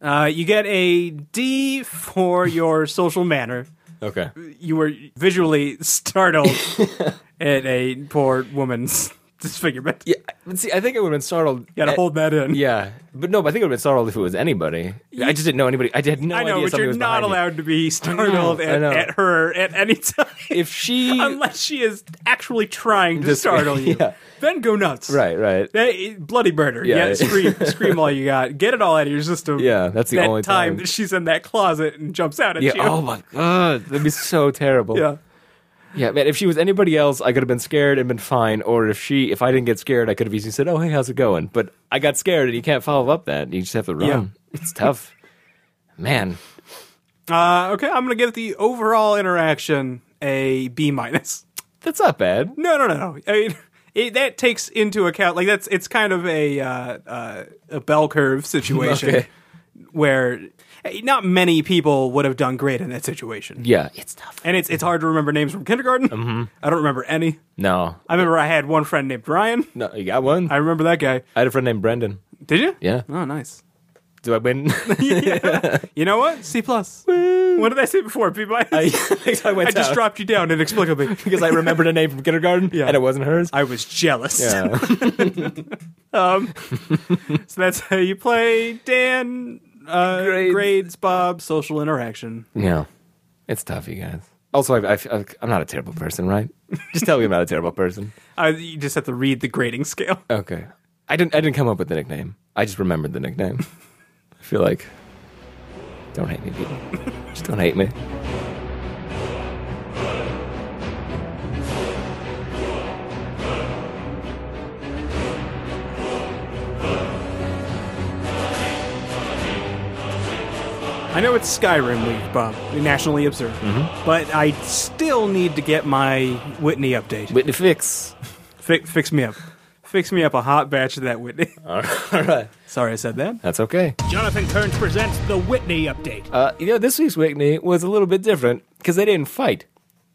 [SPEAKER 1] yeah. Uh, you get a D for your social manner.
[SPEAKER 3] Okay.
[SPEAKER 1] You were visually startled at a poor woman's disfigurement.
[SPEAKER 3] Yeah, but see, I think I would have been startled.
[SPEAKER 1] You gotta
[SPEAKER 3] at-
[SPEAKER 1] hold that in.
[SPEAKER 3] Yeah, but no, but I think I would have been startled if it was anybody. I just didn't know anybody. I had no
[SPEAKER 1] I know,
[SPEAKER 3] idea
[SPEAKER 1] but
[SPEAKER 3] somebody
[SPEAKER 1] you're
[SPEAKER 3] was
[SPEAKER 1] not
[SPEAKER 3] behind me.
[SPEAKER 1] allowed to be startled
[SPEAKER 3] I
[SPEAKER 1] at,
[SPEAKER 3] know.
[SPEAKER 1] at her at any time.
[SPEAKER 3] If she,
[SPEAKER 1] Unless she is actually trying to startle you.
[SPEAKER 3] yeah.
[SPEAKER 1] Then go nuts.
[SPEAKER 3] right, right.
[SPEAKER 1] Hey, bloody murder.
[SPEAKER 3] Yeah.
[SPEAKER 1] Yeah, scream, scream all you got. Get it all out of your system.
[SPEAKER 3] Yeah, that's the
[SPEAKER 1] that
[SPEAKER 3] only
[SPEAKER 1] time,
[SPEAKER 3] time.
[SPEAKER 1] that she's in that closet and jumps out at
[SPEAKER 3] Yeah.
[SPEAKER 1] you.
[SPEAKER 3] Oh my god, that'd be so terrible.
[SPEAKER 1] yeah.
[SPEAKER 3] Yeah, man. If she was anybody else, I could have been scared and been fine. Or if she, if I didn't get scared, I could have easily said, "Oh, hey, how's it going?" But I got scared, and you can't follow up that. You just have to run.
[SPEAKER 1] Yeah.
[SPEAKER 3] It's tough, man.
[SPEAKER 1] Uh, okay, I'm gonna give the overall interaction a B minus.
[SPEAKER 3] That's not bad.
[SPEAKER 1] No, no, no, no. I mean, it, that takes into account like that's it's kind of a uh, uh, a bell curve situation
[SPEAKER 3] Okay.
[SPEAKER 1] where eh, not many people would have done great in that situation.
[SPEAKER 3] Yeah, it's tough.
[SPEAKER 1] And it's it's hard to remember names from kindergarten. Mm-hmm. I don't remember any.
[SPEAKER 3] No,
[SPEAKER 1] I remember I had one friend named Ryan.
[SPEAKER 3] no, you got one.
[SPEAKER 1] I remember that guy.
[SPEAKER 3] I had a friend named Brendan.
[SPEAKER 1] Did you?
[SPEAKER 3] Yeah.
[SPEAKER 1] Oh, nice.
[SPEAKER 3] Do I win?
[SPEAKER 1] You know what? C plus. What did I say before? B minus.
[SPEAKER 3] I,
[SPEAKER 1] I,
[SPEAKER 3] think I went
[SPEAKER 1] just
[SPEAKER 3] down
[SPEAKER 1] dropped you down inexplicably.
[SPEAKER 3] because I remembered a name from kindergarten
[SPEAKER 1] Yeah.
[SPEAKER 3] and it wasn't hers.
[SPEAKER 1] I was jealous.
[SPEAKER 3] Yeah.
[SPEAKER 1] Um, so that's how you play Dan. Uh,
[SPEAKER 3] Grades.
[SPEAKER 1] grades. Bob, social interaction.
[SPEAKER 3] yeah. It's tough, you guys. Also, I, I, I, I'm not a terrible person, right? Just tell me I'm not a terrible person.
[SPEAKER 1] Uh, you just have to read the grading scale.
[SPEAKER 3] Okay. I didn't. I didn't come up with the nickname. I just remembered the nickname. I feel like. Don't hate me, people. Just don't hate me.
[SPEAKER 1] I know it's Skyrim week, Bob, nationally observed,
[SPEAKER 3] Mm-hmm.
[SPEAKER 1] but I still need to get my Whitney update.
[SPEAKER 3] Whitney Fix.
[SPEAKER 1] Fi- fix me up. Fix me up a hot batch of that Whitney.
[SPEAKER 3] All right.
[SPEAKER 1] Sorry I said that.
[SPEAKER 3] That's okay.
[SPEAKER 2] Jonathan Kearns presents the Whitney Update.
[SPEAKER 3] Uh, you know, this week's Whitney was a little bit different because they didn't fight.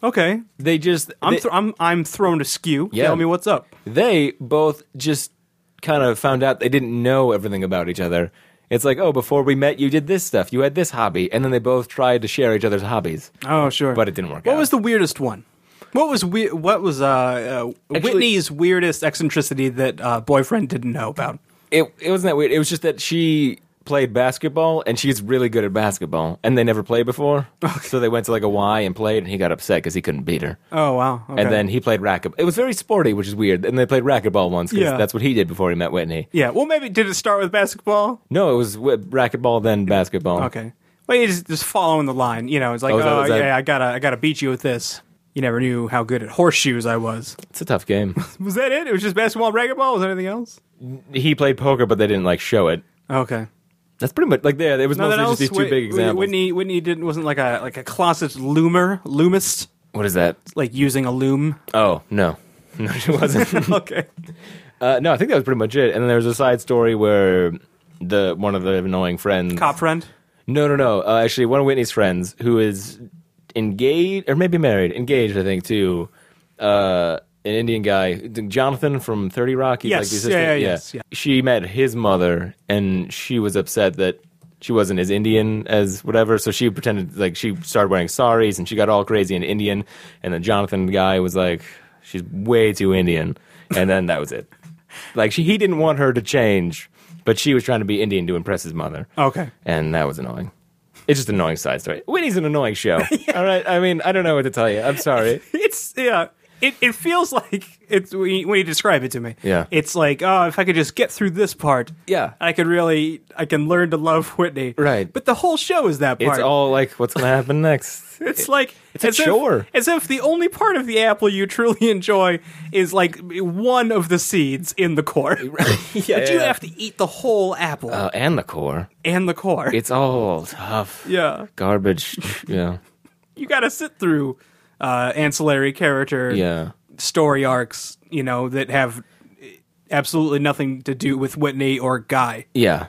[SPEAKER 1] Okay.
[SPEAKER 3] They just.
[SPEAKER 1] I'm,
[SPEAKER 3] they-
[SPEAKER 1] th- I'm, I'm thrown askew.
[SPEAKER 3] Yeah.
[SPEAKER 1] Tell me what's up.
[SPEAKER 3] they both just kind of found out they didn't know everything about each other. It's like, oh, before we met, you did this stuff, you had this hobby, and then they both tried to share each other's hobbies.
[SPEAKER 1] Oh, sure.
[SPEAKER 3] But it didn't work
[SPEAKER 1] What
[SPEAKER 3] out.
[SPEAKER 1] was the weirdest one? What was we- what was uh, uh, Whitney's weirdest eccentricity that uh, boyfriend didn't know about?
[SPEAKER 3] It it wasn't that weird. It was just that she played basketball, and she's really good at basketball, and they never played before. So they went to like a Y and played, and he got upset because he couldn't beat her.
[SPEAKER 1] Oh wow! Okay.
[SPEAKER 3] And then he played racquetball. It was very sporty, which is weird. And they played racquetball once because
[SPEAKER 1] Yeah.
[SPEAKER 3] that's what he did before he met Whitney.
[SPEAKER 1] yeah, well maybe did it start with basketball?
[SPEAKER 3] No, it was wi- racquetball then basketball.
[SPEAKER 1] Okay, well you just, just following the line, you know. It's like
[SPEAKER 3] Oh,
[SPEAKER 1] oh,
[SPEAKER 3] is that- is that-
[SPEAKER 1] yeah, I gotta I gotta beat you with this. You never knew how good at horseshoes I was.
[SPEAKER 3] It's a tough game.
[SPEAKER 1] Was that it? It was just basketball, and racquetball. Was there anything else?
[SPEAKER 3] he played poker, but they didn't like show it.
[SPEAKER 1] Okay.
[SPEAKER 3] That's pretty much like there. There was
[SPEAKER 1] Nothing
[SPEAKER 3] mostly
[SPEAKER 1] else.
[SPEAKER 3] just these two
[SPEAKER 1] Whit-
[SPEAKER 3] big examples.
[SPEAKER 1] Whitney Whitney didn't wasn't like a like a closet loomer loomist
[SPEAKER 3] what is that?
[SPEAKER 1] like using a loom.
[SPEAKER 3] Oh no, no, she wasn't.
[SPEAKER 1] okay.
[SPEAKER 3] uh, no, I think that was pretty much it. And then there was a side story where the one of the annoying friends.
[SPEAKER 1] Cop friend.
[SPEAKER 3] No, no, no. Uh, actually, one of Whitney's friends who is engaged or maybe married, engaged, I think, to uh, an Indian guy, Jonathan from Thirty Rock. He's like
[SPEAKER 1] Yes,
[SPEAKER 3] the assistant.
[SPEAKER 1] yeah, yeah, yes, yeah.
[SPEAKER 3] She met his mother, and she was upset that she wasn't as Indian as whatever. So she pretended like she started wearing saris, and she got all crazy and Indian. And then Jonathan guy was like, "She's way too Indian," and then that was it. Like she, he didn't want her to change, but she was trying to be Indian to impress his mother
[SPEAKER 1] Okay.
[SPEAKER 3] and that was annoying. It's just an annoying side story. Whitney's an annoying show. All right, I mean, I don't know what to tell you. I'm sorry.
[SPEAKER 1] It's yeah. It it feels like it's when you, when you describe it to me.
[SPEAKER 3] Yeah.
[SPEAKER 1] It's like oh, if I could just get through this part.
[SPEAKER 3] Yeah.
[SPEAKER 1] I could really I can learn to love Whitney.
[SPEAKER 3] Right.
[SPEAKER 1] But the whole show is that part.
[SPEAKER 3] It's all like, what's going to happen next?
[SPEAKER 1] It's like
[SPEAKER 3] it's a
[SPEAKER 1] as if-
[SPEAKER 3] chore.
[SPEAKER 1] as if the only part of the apple you truly enjoy is like one of the seeds in the core.
[SPEAKER 3] yeah,
[SPEAKER 1] but you have to eat the whole apple
[SPEAKER 3] uh, and the core.
[SPEAKER 1] and the core.
[SPEAKER 3] It's all tough.
[SPEAKER 1] yeah.
[SPEAKER 3] Garbage. yeah.
[SPEAKER 1] You got to sit through uh, ancillary character
[SPEAKER 3] Yeah.
[SPEAKER 1] story arcs, you know, that have absolutely nothing to do with Whitney or Guy.
[SPEAKER 3] Yeah,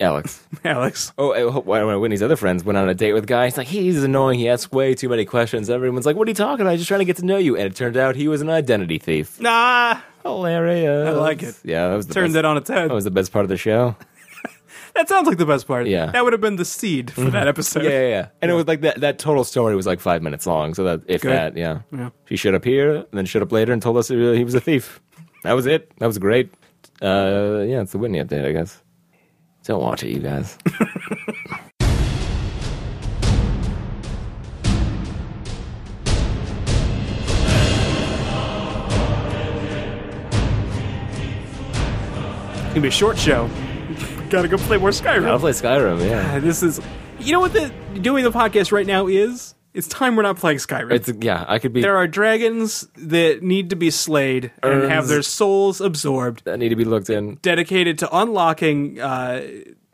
[SPEAKER 3] Alex.
[SPEAKER 1] Alex.
[SPEAKER 3] Oh, I hope- one of Whitney's other friends went on a date with a guy. He's like, he's annoying. He asks way too many questions. Everyone's like, what are you talking about? I'm just trying to get to know you. And it turned out he was an identity thief.
[SPEAKER 1] Nah.
[SPEAKER 3] Hilarious.
[SPEAKER 1] I like it.
[SPEAKER 3] Yeah, that was the
[SPEAKER 1] Turned
[SPEAKER 3] best.
[SPEAKER 1] that on its head.
[SPEAKER 3] That was the best part of the show.
[SPEAKER 1] That sounds like the best part.
[SPEAKER 3] Yeah. Mm-hmm.
[SPEAKER 1] That would have been the seed for that episode.
[SPEAKER 3] Yeah, yeah, yeah. And it was like that. That total story was like five minutes long. So that, if
[SPEAKER 1] Good.
[SPEAKER 3] that, yeah.
[SPEAKER 1] Yeah.
[SPEAKER 3] She showed up here and then showed up later and told us uh, he was a thief. That was it. That was great. Uh, yeah, it's the Whitney update, I guess. Don't watch it, you guys.
[SPEAKER 1] It's gonna be a short show. Gotta go play more Skyrim.
[SPEAKER 3] I'll play Skyrim. Yeah,
[SPEAKER 1] Uh, This is, you know what the doing the podcast right now is? It's time we're not playing Skyrim.
[SPEAKER 3] it's yeah. I could be.
[SPEAKER 1] there are dragons that need to be slayed and have
[SPEAKER 3] Urns.
[SPEAKER 1] their souls absorbed,
[SPEAKER 3] that need to be looked in.
[SPEAKER 1] dedicated to unlocking uh,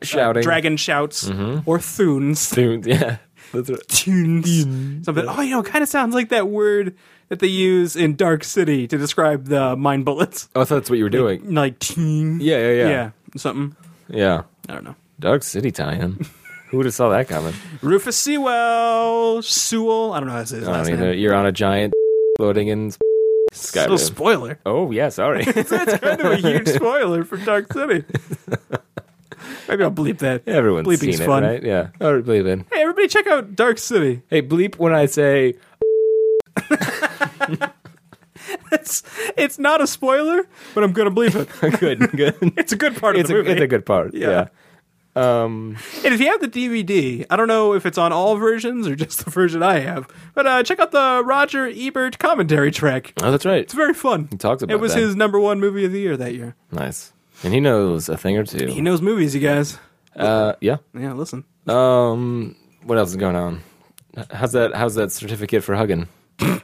[SPEAKER 3] Shouting. Mm-hmm.
[SPEAKER 1] dragon shouts or thunes.
[SPEAKER 3] Dunes, yeah. That's right.
[SPEAKER 1] Tunes. Something. Oh, you know, kind of sounds like that word that they use in Dark City to describe the mine bullets.
[SPEAKER 3] Oh, I thought that's what you were doing.
[SPEAKER 1] Like, tune.
[SPEAKER 3] Yeah, yeah, yeah. Yeah.
[SPEAKER 1] something. I don't know.
[SPEAKER 3] Dark City tie-in. Who would have saw that coming?
[SPEAKER 1] Rufus Sewell, Sewell. I don't know how to say his
[SPEAKER 3] I
[SPEAKER 1] last
[SPEAKER 3] don't either.
[SPEAKER 1] name.
[SPEAKER 3] You're on a giant floating in Skyrim.
[SPEAKER 1] Little spoiler.
[SPEAKER 3] oh yeah, sorry.
[SPEAKER 1] That's kind of a huge spoiler for Dark City. Maybe I'll bleep that.
[SPEAKER 3] Everyone's
[SPEAKER 1] Bleeping's
[SPEAKER 3] seen it,
[SPEAKER 1] fun.
[SPEAKER 3] right? Yeah. Oh, bleep in.
[SPEAKER 1] Hey, everybody, check out Dark City.
[SPEAKER 3] Hey, bleep when I say
[SPEAKER 1] It's it's not a spoiler, but I'm gonna bleep it.
[SPEAKER 3] good, good.
[SPEAKER 1] It's a good part of
[SPEAKER 3] it's,
[SPEAKER 1] the
[SPEAKER 3] a,
[SPEAKER 1] movie.
[SPEAKER 3] it's a good part.
[SPEAKER 1] Yeah.
[SPEAKER 3] Yeah. Um,
[SPEAKER 1] And if you have the DVD, I don't know if it's on all versions or just the version I have, but uh, check out the Roger Ebert commentary track.
[SPEAKER 3] oh, that's right.
[SPEAKER 1] It's very fun. He
[SPEAKER 3] talks about
[SPEAKER 1] it was
[SPEAKER 3] that.
[SPEAKER 1] his number one movie of the year that year.
[SPEAKER 3] Nice. And he knows a thing or
[SPEAKER 1] He
[SPEAKER 3] two.
[SPEAKER 1] knows movies, you guys.
[SPEAKER 3] Uh, yeah.
[SPEAKER 1] Yeah, listen.
[SPEAKER 3] Um, what else is going on? How's that? How's that certificate for hugging?
[SPEAKER 1] oh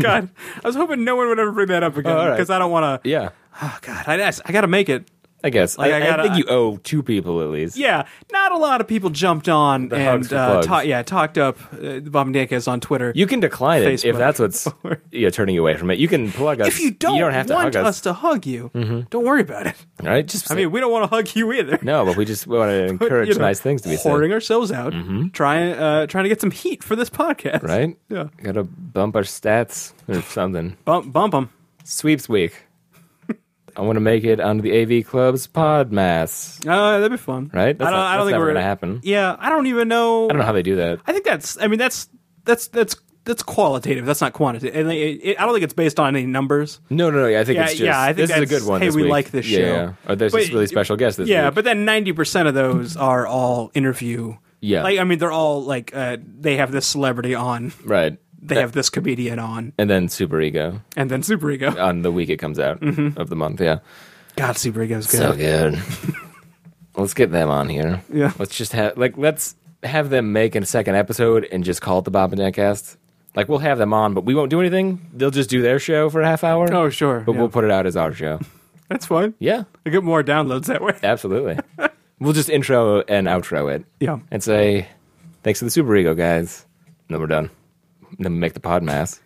[SPEAKER 1] God, I was hoping no one would ever bring that up again
[SPEAKER 3] Oh, all right.
[SPEAKER 1] because I don't want to.
[SPEAKER 3] Yeah.
[SPEAKER 1] Oh God, I, I, I got to make it.
[SPEAKER 3] I guess.
[SPEAKER 1] Like, I
[SPEAKER 3] I, I
[SPEAKER 1] gotta-
[SPEAKER 3] think you owe two people at least.
[SPEAKER 1] Yeah, not a lot of people jumped on
[SPEAKER 3] hugs
[SPEAKER 1] and
[SPEAKER 3] for
[SPEAKER 1] uh,
[SPEAKER 3] plugs.
[SPEAKER 1] ta- yeah talked up uh, Bob and Dinkins on Twitter.
[SPEAKER 3] You can decline it
[SPEAKER 1] Facebook.
[SPEAKER 3] if that's what's yeah, turning you away from it. You can plug us.
[SPEAKER 1] if you don't,
[SPEAKER 3] you don't have to
[SPEAKER 1] want
[SPEAKER 3] hug Mm-hmm.
[SPEAKER 1] us to hug you, don't worry about it.
[SPEAKER 3] All right, just
[SPEAKER 1] I mean, we don't want to hug you either.
[SPEAKER 3] no, but we just want to encourage
[SPEAKER 1] You know,
[SPEAKER 3] nice things to be said, Mm-hmm.
[SPEAKER 1] Pouring ourselves out, trying uh, trying to get some heat for this podcast.
[SPEAKER 3] right?
[SPEAKER 1] Yeah.
[SPEAKER 3] got to bump our stats or something.
[SPEAKER 1] Bump bump them.
[SPEAKER 3] Sweeps week. I want to make it onto the AV Club's pod mass.
[SPEAKER 1] Uh, that'd be fun,
[SPEAKER 3] Right? That's
[SPEAKER 1] I don't, I
[SPEAKER 3] not-
[SPEAKER 1] don't
[SPEAKER 3] that's
[SPEAKER 1] think
[SPEAKER 3] never
[SPEAKER 1] we're
[SPEAKER 3] gonna happen.
[SPEAKER 1] Yeah, I don't even know.
[SPEAKER 3] I don't know how they do that.
[SPEAKER 1] I think that's. I mean, that's that's that's that's qualitative. That's not quantitative. And it, it, I don't think it's based on any numbers.
[SPEAKER 3] No, no, no. I think
[SPEAKER 1] Yeah,
[SPEAKER 3] it's just
[SPEAKER 1] yeah, I think
[SPEAKER 3] this is a
[SPEAKER 1] that's,
[SPEAKER 3] good one.
[SPEAKER 1] hey,
[SPEAKER 3] this
[SPEAKER 1] we
[SPEAKER 3] week.
[SPEAKER 1] like this
[SPEAKER 3] yeah,
[SPEAKER 1] show.
[SPEAKER 3] Yeah, or there's
[SPEAKER 1] But-
[SPEAKER 3] this really special guest this
[SPEAKER 1] yeah,
[SPEAKER 3] week.
[SPEAKER 1] but then ninety percent of those are all interview.
[SPEAKER 3] Yeah.
[SPEAKER 1] like I mean, they're all like uh, they have this celebrity on,
[SPEAKER 3] right.
[SPEAKER 1] they have this comedian on,
[SPEAKER 3] and then Super Ego
[SPEAKER 1] and then Super Ego.
[SPEAKER 3] on the week it comes out of the month. Yeah.
[SPEAKER 1] God, Super Ego's Mm-hmm. good.
[SPEAKER 3] So good. let's get them on here.
[SPEAKER 1] Yeah.
[SPEAKER 3] Let's just have like let's have them make a second episode and just call it the Bob and Dan cast. Like we'll have them on, but we won't do anything. They'll just do their show for a half hour.
[SPEAKER 1] Oh, sure,
[SPEAKER 3] But
[SPEAKER 1] yeah.
[SPEAKER 3] we'll put it out as our show.
[SPEAKER 1] That's fine.
[SPEAKER 3] Yeah.
[SPEAKER 1] I get more downloads that way.
[SPEAKER 3] Absolutely. we'll just intro and outro it.
[SPEAKER 1] Yeah.
[SPEAKER 3] And say, Thanks to the Super Ego guys. And then we're done. And then we make the pod mass.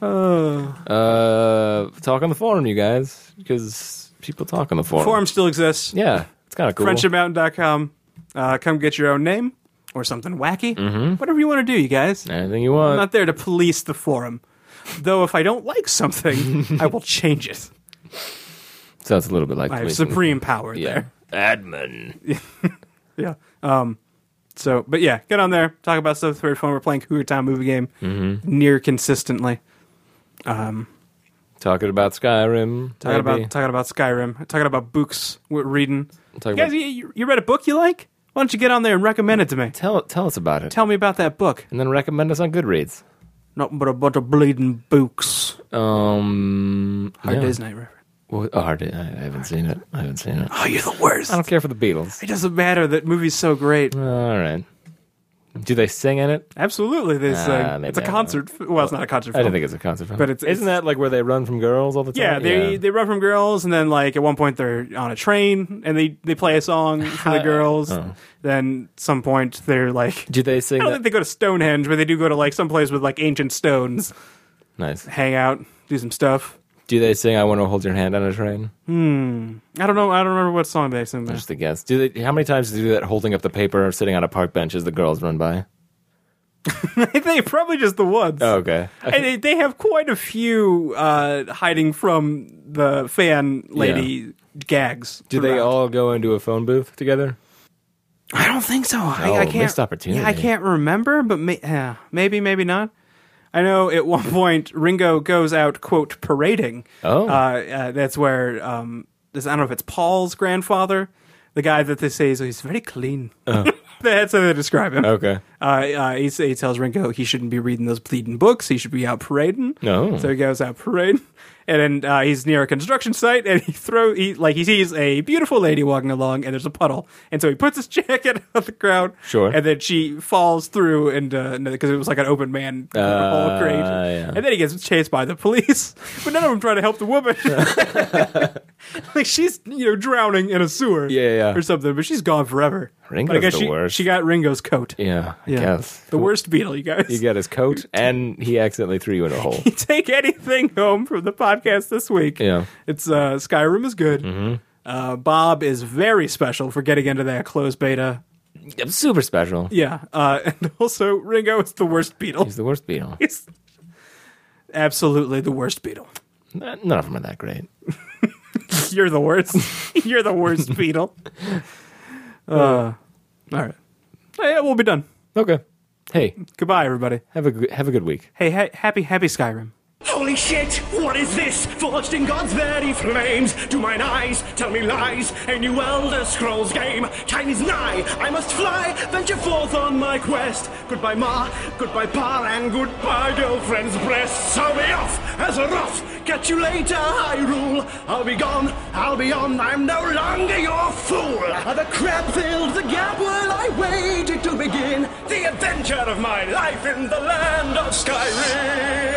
[SPEAKER 1] Uh,
[SPEAKER 3] Uh talk on the forum, you guys. Because people talk on the forum.
[SPEAKER 1] forum still exists.
[SPEAKER 3] Yeah. It's kinda cool.
[SPEAKER 1] FriendshipMountain.com. Uh, come get your own name or something wacky.
[SPEAKER 3] Mm-hmm.
[SPEAKER 1] Whatever you want to do, you guys.
[SPEAKER 3] Anything you want.
[SPEAKER 1] I'm not there to police the forum. Though if I don't like something, I will change it.
[SPEAKER 3] Sounds a little bit like
[SPEAKER 1] I have
[SPEAKER 3] policing.
[SPEAKER 1] supreme power
[SPEAKER 3] Yeah.
[SPEAKER 1] there.
[SPEAKER 3] Admin.
[SPEAKER 1] Yeah. Um. So, but yeah, get on there, talk about stuff. Third phone, we're playing Cougar Town movie game
[SPEAKER 3] Mm-hmm.
[SPEAKER 1] near consistently.
[SPEAKER 3] Talking about
[SPEAKER 1] Talking
[SPEAKER 3] Skyrim. maybe.
[SPEAKER 1] about talking about Skyrim, talking about books we're reading.
[SPEAKER 3] Talking
[SPEAKER 1] you guys,
[SPEAKER 3] about-
[SPEAKER 1] you, you read a book you like? Why don't you get on there and recommend it to me?
[SPEAKER 3] tell tell us about it,
[SPEAKER 1] Tell me about that book.
[SPEAKER 3] and then recommend us on Goodreads.
[SPEAKER 1] Nothing but a bunch of bleeding books.
[SPEAKER 3] Um,
[SPEAKER 1] Hard
[SPEAKER 3] yeah.
[SPEAKER 1] Day's Night River.
[SPEAKER 3] Well, oh, hard day. I I haven't seen it. I haven't seen it. I
[SPEAKER 1] Oh, you're the worst.
[SPEAKER 3] don't care for the Beatles.
[SPEAKER 1] It doesn't matter that movie's so great.
[SPEAKER 3] All right. Do they sing in it?
[SPEAKER 1] Absolutely, they say
[SPEAKER 3] Ah, maybe
[SPEAKER 1] it's a
[SPEAKER 3] I don't
[SPEAKER 1] concert. f- Well, it's not a concert.
[SPEAKER 3] I
[SPEAKER 1] film.
[SPEAKER 3] don't think it's a concert film.
[SPEAKER 1] But it's-
[SPEAKER 3] isn't that like where they run from girls all the time?
[SPEAKER 1] Yeah, they they run from girls, and then like at one point they're on a train, and they they play a song for the girls.
[SPEAKER 3] Oh.
[SPEAKER 1] Then some point they're like,
[SPEAKER 3] Do they
[SPEAKER 1] I
[SPEAKER 3] sing?
[SPEAKER 1] don't
[SPEAKER 3] That?
[SPEAKER 1] think they go to Stonehenge, but they do go to like some place with like ancient stones,
[SPEAKER 3] nice.
[SPEAKER 1] hang out, do some stuff.
[SPEAKER 3] Do they sing "I Want to Hold Your Hand" on a train?
[SPEAKER 1] I don't know. I don't remember what song they sing there.
[SPEAKER 3] Just a guess. Do they? How many times do they do that? Holding up the paper or sitting on a park bench as the girls run by.
[SPEAKER 1] they probably just the ones.
[SPEAKER 3] Oh, okay.
[SPEAKER 1] And they, they have quite a few uh, hiding from the fan lady gags.
[SPEAKER 3] Do they
[SPEAKER 1] throughout.
[SPEAKER 3] all go into a phone booth together?
[SPEAKER 1] I don't think so. I,
[SPEAKER 3] Oh,
[SPEAKER 1] I can't.
[SPEAKER 3] missed opportunity.
[SPEAKER 1] Yeah, I can't remember, but may, eh, maybe, maybe not. I know at one point Ringo goes out quote parading.
[SPEAKER 3] Oh.
[SPEAKER 1] uh, uh, that's where um, this, I don't know if it's Paul's grandfather, the guy that they say is he's very clean.
[SPEAKER 3] Oh.
[SPEAKER 1] that's how they describe him.
[SPEAKER 3] Okay.
[SPEAKER 1] Uh, uh, he, he tells Ringo he shouldn't be reading those pleading books. He should be out parading.
[SPEAKER 3] Oh.
[SPEAKER 1] So he goes out parading, and then uh, he's near a construction site, and he throw he like he sees a beautiful lady walking along, and there's a puddle, and so he puts his jacket on the ground.
[SPEAKER 3] Sure.
[SPEAKER 1] And then she falls through, and because it was like an open man
[SPEAKER 3] Uh,
[SPEAKER 1] hole crate,
[SPEAKER 3] yeah.
[SPEAKER 1] and then he gets chased by the police, but none of them try to help the woman. like she's you know drowning in a sewer,
[SPEAKER 3] Yeah, yeah, yeah.
[SPEAKER 1] or something, but she's gone forever. But I
[SPEAKER 3] Ringo's
[SPEAKER 1] guess
[SPEAKER 3] the
[SPEAKER 1] she,
[SPEAKER 3] worst.
[SPEAKER 1] She got Ringo's coat.
[SPEAKER 3] Yeah, I
[SPEAKER 1] Yeah.
[SPEAKER 3] guess.
[SPEAKER 1] The worst beetle, you guys.
[SPEAKER 3] You got his coat, and he accidentally threw you in a hole.
[SPEAKER 1] Take anything home from the podcast this week.
[SPEAKER 3] Yeah. Mm-hmm.
[SPEAKER 1] It's uh, Skyrim is good. Uh, Bob is very special for getting into that closed beta.
[SPEAKER 3] I'm super special.
[SPEAKER 1] Yeah. Uh, and also, Ringo is the worst beetle.
[SPEAKER 3] He's the worst beetle.
[SPEAKER 1] He's absolutely the worst beetle.
[SPEAKER 3] N- None of them are that great.
[SPEAKER 1] You're the worst. You're the worst beetle. Uh, all right. Oh, yeah, we'll be done.
[SPEAKER 3] Okay. Hey,
[SPEAKER 1] Goodbye, everybody.
[SPEAKER 3] have a g- have a good week.
[SPEAKER 1] Hey, ha- happy, happy Skyrim.
[SPEAKER 2] Holy shit! What is this? Forged in God's very flames. Do mine eyes tell me lies? A new Elder Scrolls game. Time is nigh. I must fly. Venture forth on my quest. Goodbye, Ma. Goodbye, Pa. And goodbye, girlfriend's breast. I'll be off as a rough. Catch you later, Hyrule. I'll be gone. I'll be on. I'm no longer your fool. The crab filled the gap while I waited to begin the adventure of my life in the land of Skyrim.